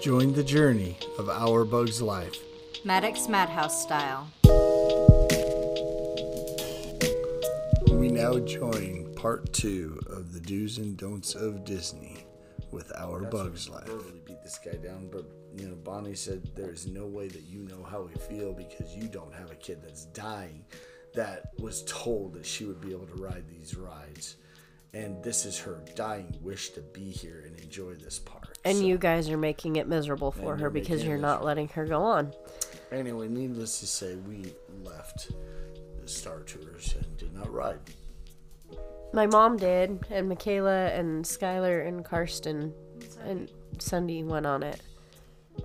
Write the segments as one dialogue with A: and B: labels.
A: Join the journey of Our Bug's Life.
B: Maddox Madhouse style.
A: We now join part two of the do's and don'ts of Disney with Our Bug's Life.
C: verbally beat this guy down, but you know, Bonnie said there is no way that you know how we feel because you don't have a kid that's dying that was told that she would be able to ride these rides. And this is her dying wish to be here and enjoy this park.
D: And you guys are making it miserable for
C: And
D: her
C: you're
D: because
C: making it
D: you're not
C: miserable.
D: letting her go on.
C: anyway, needless to say, we left the Star Tours and did not ride.
D: My mom did, and Michaela and Skylar and Karsten and Sunday went on it.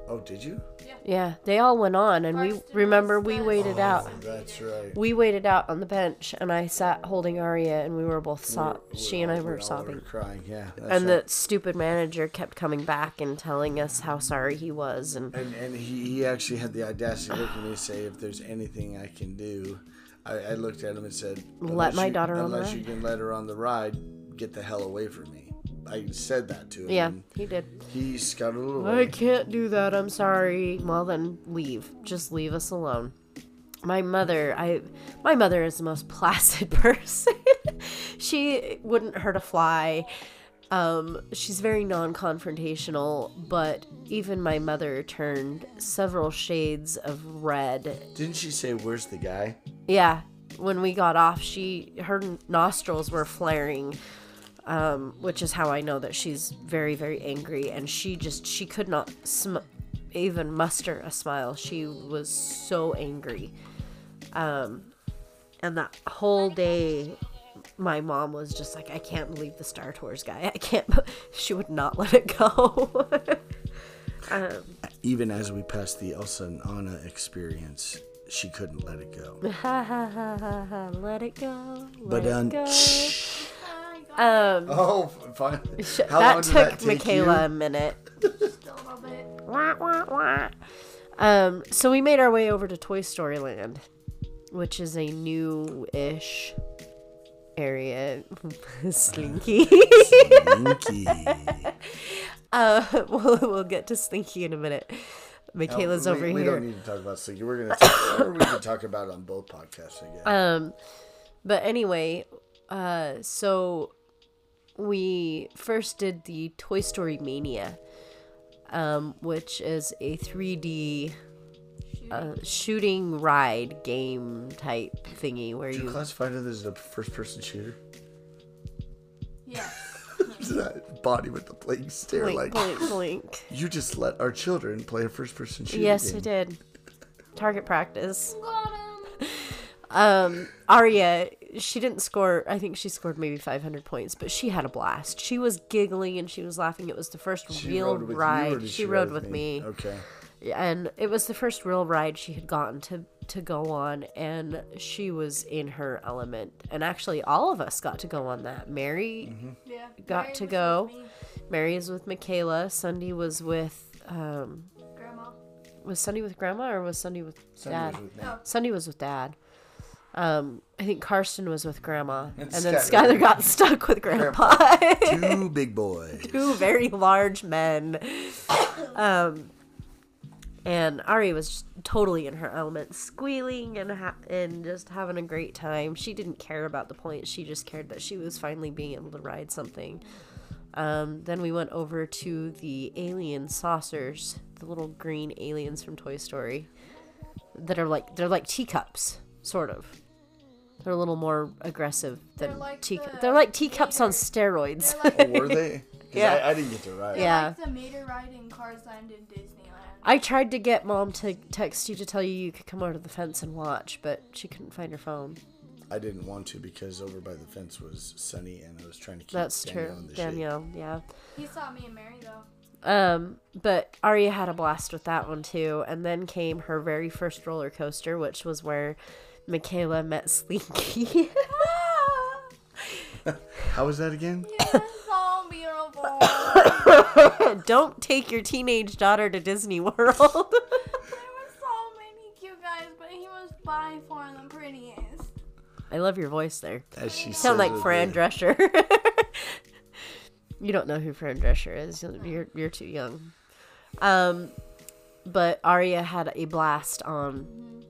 C: Oh, did you?
D: Yeah, they all went on, and we remember we waited out.
C: That's right.
D: We waited out on the bench, and I sat holding Aria, and we were both sob. she and I were
C: all
D: sobbing.
C: crying, yeah. that's
D: And
C: right.
D: the stupid manager kept coming back and telling us how sorry he was, and
C: And, and he, he actually had the audacity to look at me and say, if there's anything I can do, I, I looked at him and said,
D: Let
C: "Unless
D: my
C: you-
D: daughter on the
C: Unless
D: ride."
C: you can let her on the ride, get the hell away from me. I said that to him.
D: yeah,
C: and
D: he did.
C: He scuttled away.
D: I can't do that. I'm sorry. Well, then leave. Just leave us alone. My mother, I my mother is the most placid person. she wouldn't hurt a fly. Um, she's very non-confrontational, but even my mother turned several shades of red.
C: Didn't she say, where's the guy?
D: Yeah, when we got off, she her nostrils were flaring um, which is how I know that she's very, very angry. And she just, she could not sm- even muster a smile. She was so angry. Um, and that whole day, my mom was just like, I can't believe the Star Tours guy. I can't, b-" she would not let it go.
C: Even as we passed the Elsa and Anna experience, she couldn't let it go.
D: ha ha ha ha ha, let it go. Let
C: But,
D: it
C: um,
D: go. um,
C: Oh, fine.
D: sh-
C: How long did
D: that took
C: that take
D: Michaela
C: you?
D: a minute. Wah, wah, wah. Um, so we made our way over to Toy Story Land, which is a new-ish area. Slinky.
C: Minky.
D: uh, we'll, we'll get to Slinky in a minute. Michaela's
C: we,
D: over
C: we
D: here.
C: don't need to talk about Slinky. We're gonna talk, or we can talk about it on both podcasts again.
D: Um, but anyway, uh, so we first did the Toy Story Mania, um, which is a 3D uh, shooting ride game type thingy where
C: Did you
D: you.
C: classify it as a first person shooter?
B: Yes.
C: that body with the blank stare
D: Blink,
C: like
D: blink, blink.
C: you just let our children play a first person shooter.
D: Yes,
C: game.
D: I did. Target practice. Um, Aria, she didn't score. I think she scored maybe 500 points, but she had a blast. She was giggling and she was laughing. It was the first
C: She
D: real
C: rode with you, or
D: ride.
C: did
D: She, rode with me.
C: Okay.
D: and it was the first real ride she had gotten to to go on and she was in her element and actually all of us got to go on that mary
C: Mm-hmm.
B: Yeah.
D: got to go mary is with michaela sunday was with um
B: Grandma.
D: was sunday with grandma or was sunday with
C: Somebody
D: dad
C: was with me.
D: sunday was with dad um i think karsten was with grandma and, then
C: Skylar.
D: skylar got stuck with grandpa,
C: Two big boys.
D: two very large men. Um, and Ari was just totally in her element, squealing and ha- and just having a great time. She didn't care about the points; she just cared that she was finally being able to ride something. Um, then we went over to the alien saucers, the little green aliens from Toy Story, that are like they're like teacups, sort of. They're a little more aggressive than
B: They're like
D: teacups.
B: the
D: they're like teacups on steroids.
C: Oh, were they? 'Cause
D: Yeah.
C: I, I didn't get to ride.
D: Yeah.
B: Like the meter ride in Cars Land in Disneyland.
D: I tried to get mom to text you to tell you you could come over to the fence and watch, but she couldn't find her phone.
C: I didn't want to because over by the fence was sunny and I was trying to keep
D: That's
C: Danielle in
D: true,
C: the shade.
D: Danielle. Yeah.
B: He saw me and Mary though.
D: Um, but Aria had a blast with that one too, and then came her very first roller coaster, which was where Michaela met Slinky.
C: How was that again?
B: so beautiful.
D: Don't take your teenage daughter to Disney World.
B: There were so many cute guys, but he was by far the prettiest.
D: I love your voice there.
C: As she
D: sound
C: said
D: like
C: it
D: Fran
C: again.
D: Drescher. you don't know who Fran Drescher is. You're you're too young. Um, but Arya had a blast on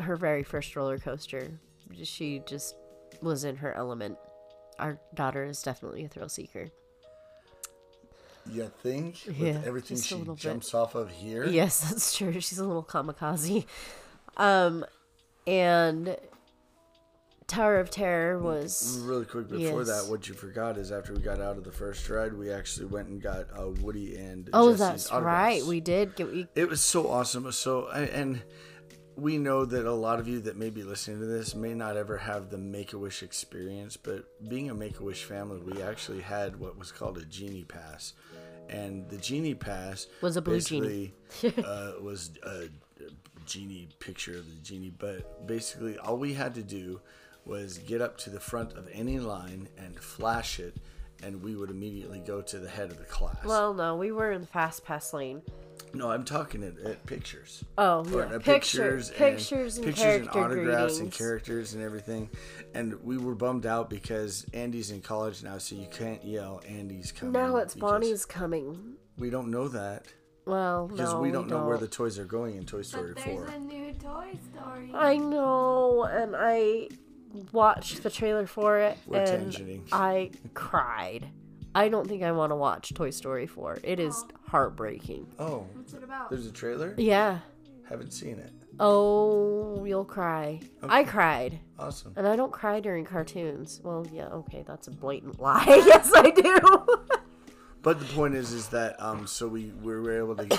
D: her very first roller coaster. She just was in her element. Our daughter is definitely a thrill seeker.
C: You think with
D: Yeah,
C: everything
D: just a
C: she
D: little bit.
C: jumps off of here?
D: Yes, that's true. She's a little kamikaze. Um, and Tower of Terror was
C: Really quick before
D: Yes.
C: that, what you forgot is after we got out of the first ride, we actually went and got uh, Woody and
D: oh,
C: Jesse's
D: that's
C: autographs.
D: right. We did get we
C: it was so awesome. So and- and we know that a lot of you that may be listening to this may not ever have the Make a Wish experience, but being a Make a Wish family, we actually had what was called a genie pass, and the genie pass
D: Was a blue
C: basically, uh, was a genie picture of the genie, but basically all we had to do was get up to the front of any line and flash it, and we would immediately go to the head of the class.
D: well no we were in the fast pass lane.
C: no, I'm talking at, at pictures
D: Oh
C: or,
D: yeah,
C: uh, pictures,
D: pictures pictures and,
C: pictures and
D: character
C: autographs
D: greetings.
C: and characters and everything. And we were bummed out because Andy's in college now, so you can't yell Andy's coming.
D: now it's
C: because
D: Bonnie's coming.
C: We don't know that
D: Well,
C: because
D: no,
C: we don't know where the toys are going in Toy Story
B: But there's
C: 4.
B: a new Toy Story.
D: I know, and I watched the trailer for it,
C: We're
D: and
C: tangenting.
D: I cried. I don't think I want to watch Toy Story 4. It is heartbreaking.
C: Oh,
B: What's it about?
C: there's a trailer.
D: Yeah.
C: Haven't seen it.
D: Oh, you'll cry. I cried,
C: Awesome.
D: and I don't cry during cartoons. Well, yeah, okay, that's a blatant lie. yes, I do.
C: But the point is, is that um, so we, we were able to.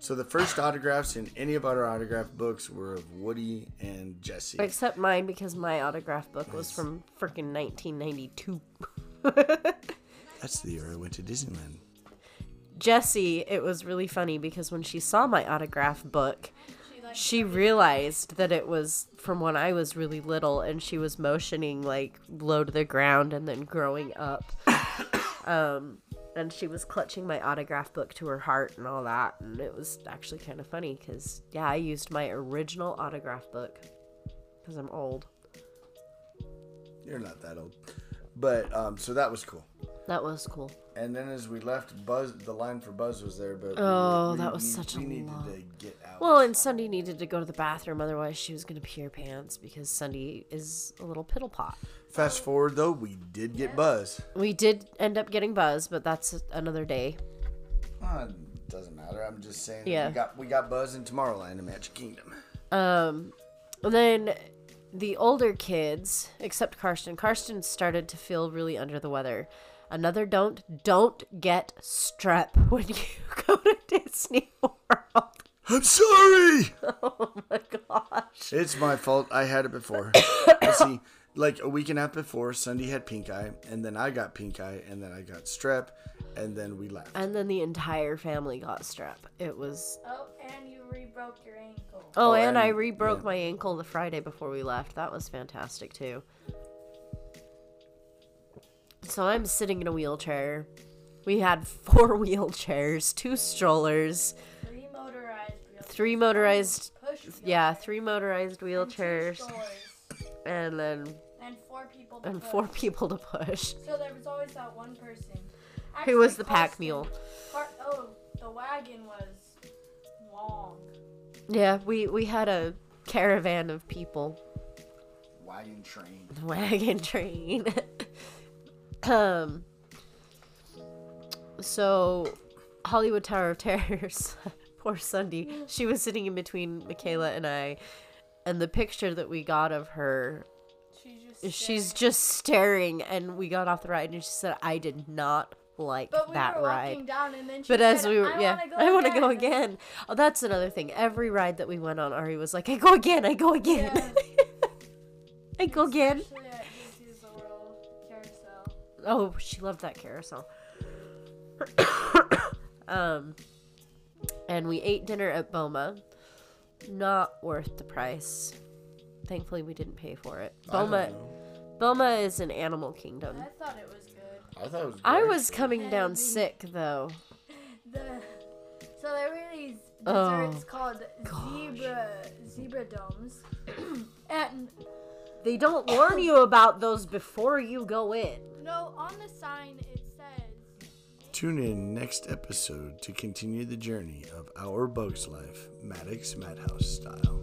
C: so the first autographs in any of our autograph books were of Woody and Jesse.
D: Except mine because my autograph book was from freaking 1992.
C: That's the year I went to Disneyland.
D: Jessie, it was really funny because when she saw my autograph book, she realized that it was from when I was really little and she was motioning like low to the ground and then growing up. um, and she was clutching my autograph book to her heart and all that. And it was actually kind of funny because, yeah, I used my original autograph book because I'm old.
C: You're not that old. But um, so that was cool.
D: That was cool.
C: And then as we left, Buzz, the line for Buzz was there, but
D: Oh, that was such a
C: we needed
D: long-
C: to get out.
D: Well, and Sunday needed to go to the bathroom, otherwise she was gonna pee her pants because Sunday is a little piddle pot.
C: Fast forward though, we did get Buzz.
D: We did end up getting Buzz, but that's another day.
C: Uh, doesn't matter. I'm just saying. that
D: Yeah.
C: We got we got Buzz in Tomorrowland and Magic Kingdom.
D: Um, and then the older kids, except Karsten, Karsten started to feel really under the weather. Another don't don't get strep when you go to Disney World.
C: I'm sorry.
D: Oh my gosh.
C: It's my fault. I had it before. But see, like a week and a half before, Sunday had pink eye, and then I got pink eye, and then I got strep, and then we left.
D: And then the entire family got strep. It was
B: Oh, and you re-broke your ankle.
D: Oh, and, I
C: and-
D: re-broke
C: yeah.
D: my ankle the Friday before we left. That was fantastic too. So I'm sitting in a wheelchair. We had four wheelchairs, two strollers,
B: Three motorized wheelchairs.
D: three motorized,
B: Push
D: yeah, three motorized
B: wheelchairs.
D: wheelchairs,
B: and two
D: and
B: strollers,
D: then
B: And four people. to
D: and
B: push.
D: four people to push.
B: So there was always that one person.
D: Who was the
B: Actually,
D: pack
B: Carson-
D: mule?
B: Car- oh, the wagon was long.
D: Yeah, we we had a caravan of people.
C: Wagon train.
D: wagon train. um. So, Hollywood Tower of Terrors. Poor Sunday. She was sitting in between Michaela and I, and the picture that we got of her,
B: She just.
D: she's
B: stared.
D: just staring. And we got off the ride, and she said, "I did not like
B: But we
D: that
B: were
D: ride."
B: walking down, and then she
D: But as
B: said,
D: we were,
B: I
D: yeah,
B: wanna go
D: I want to
B: again.
D: go again. Oh, that's another thing. Every ride that we went on, Ari was like, I go again, I go again, I go again.
B: Especially at Disney's World Carousel.
D: Oh, she loved that carousel. um, and we ate dinner at Boma. Not worth the price. Thankfully, we didn't pay for it.
C: I don't
D: Boma,
C: know.
D: Boma is an animal kingdom.
B: I thought it was good.
C: I thought it was.
D: I
C: great.
D: was coming down
B: Heavy.
D: sick though.
B: The, so there were these
D: Oh,
B: desserts called zebra zebra domes, and
D: They don't warn you about those before you go in.
B: no, on the sign it says.
C: Tune in next episode to continue the journey of Our Bug's Life, Maddox Madhouse style.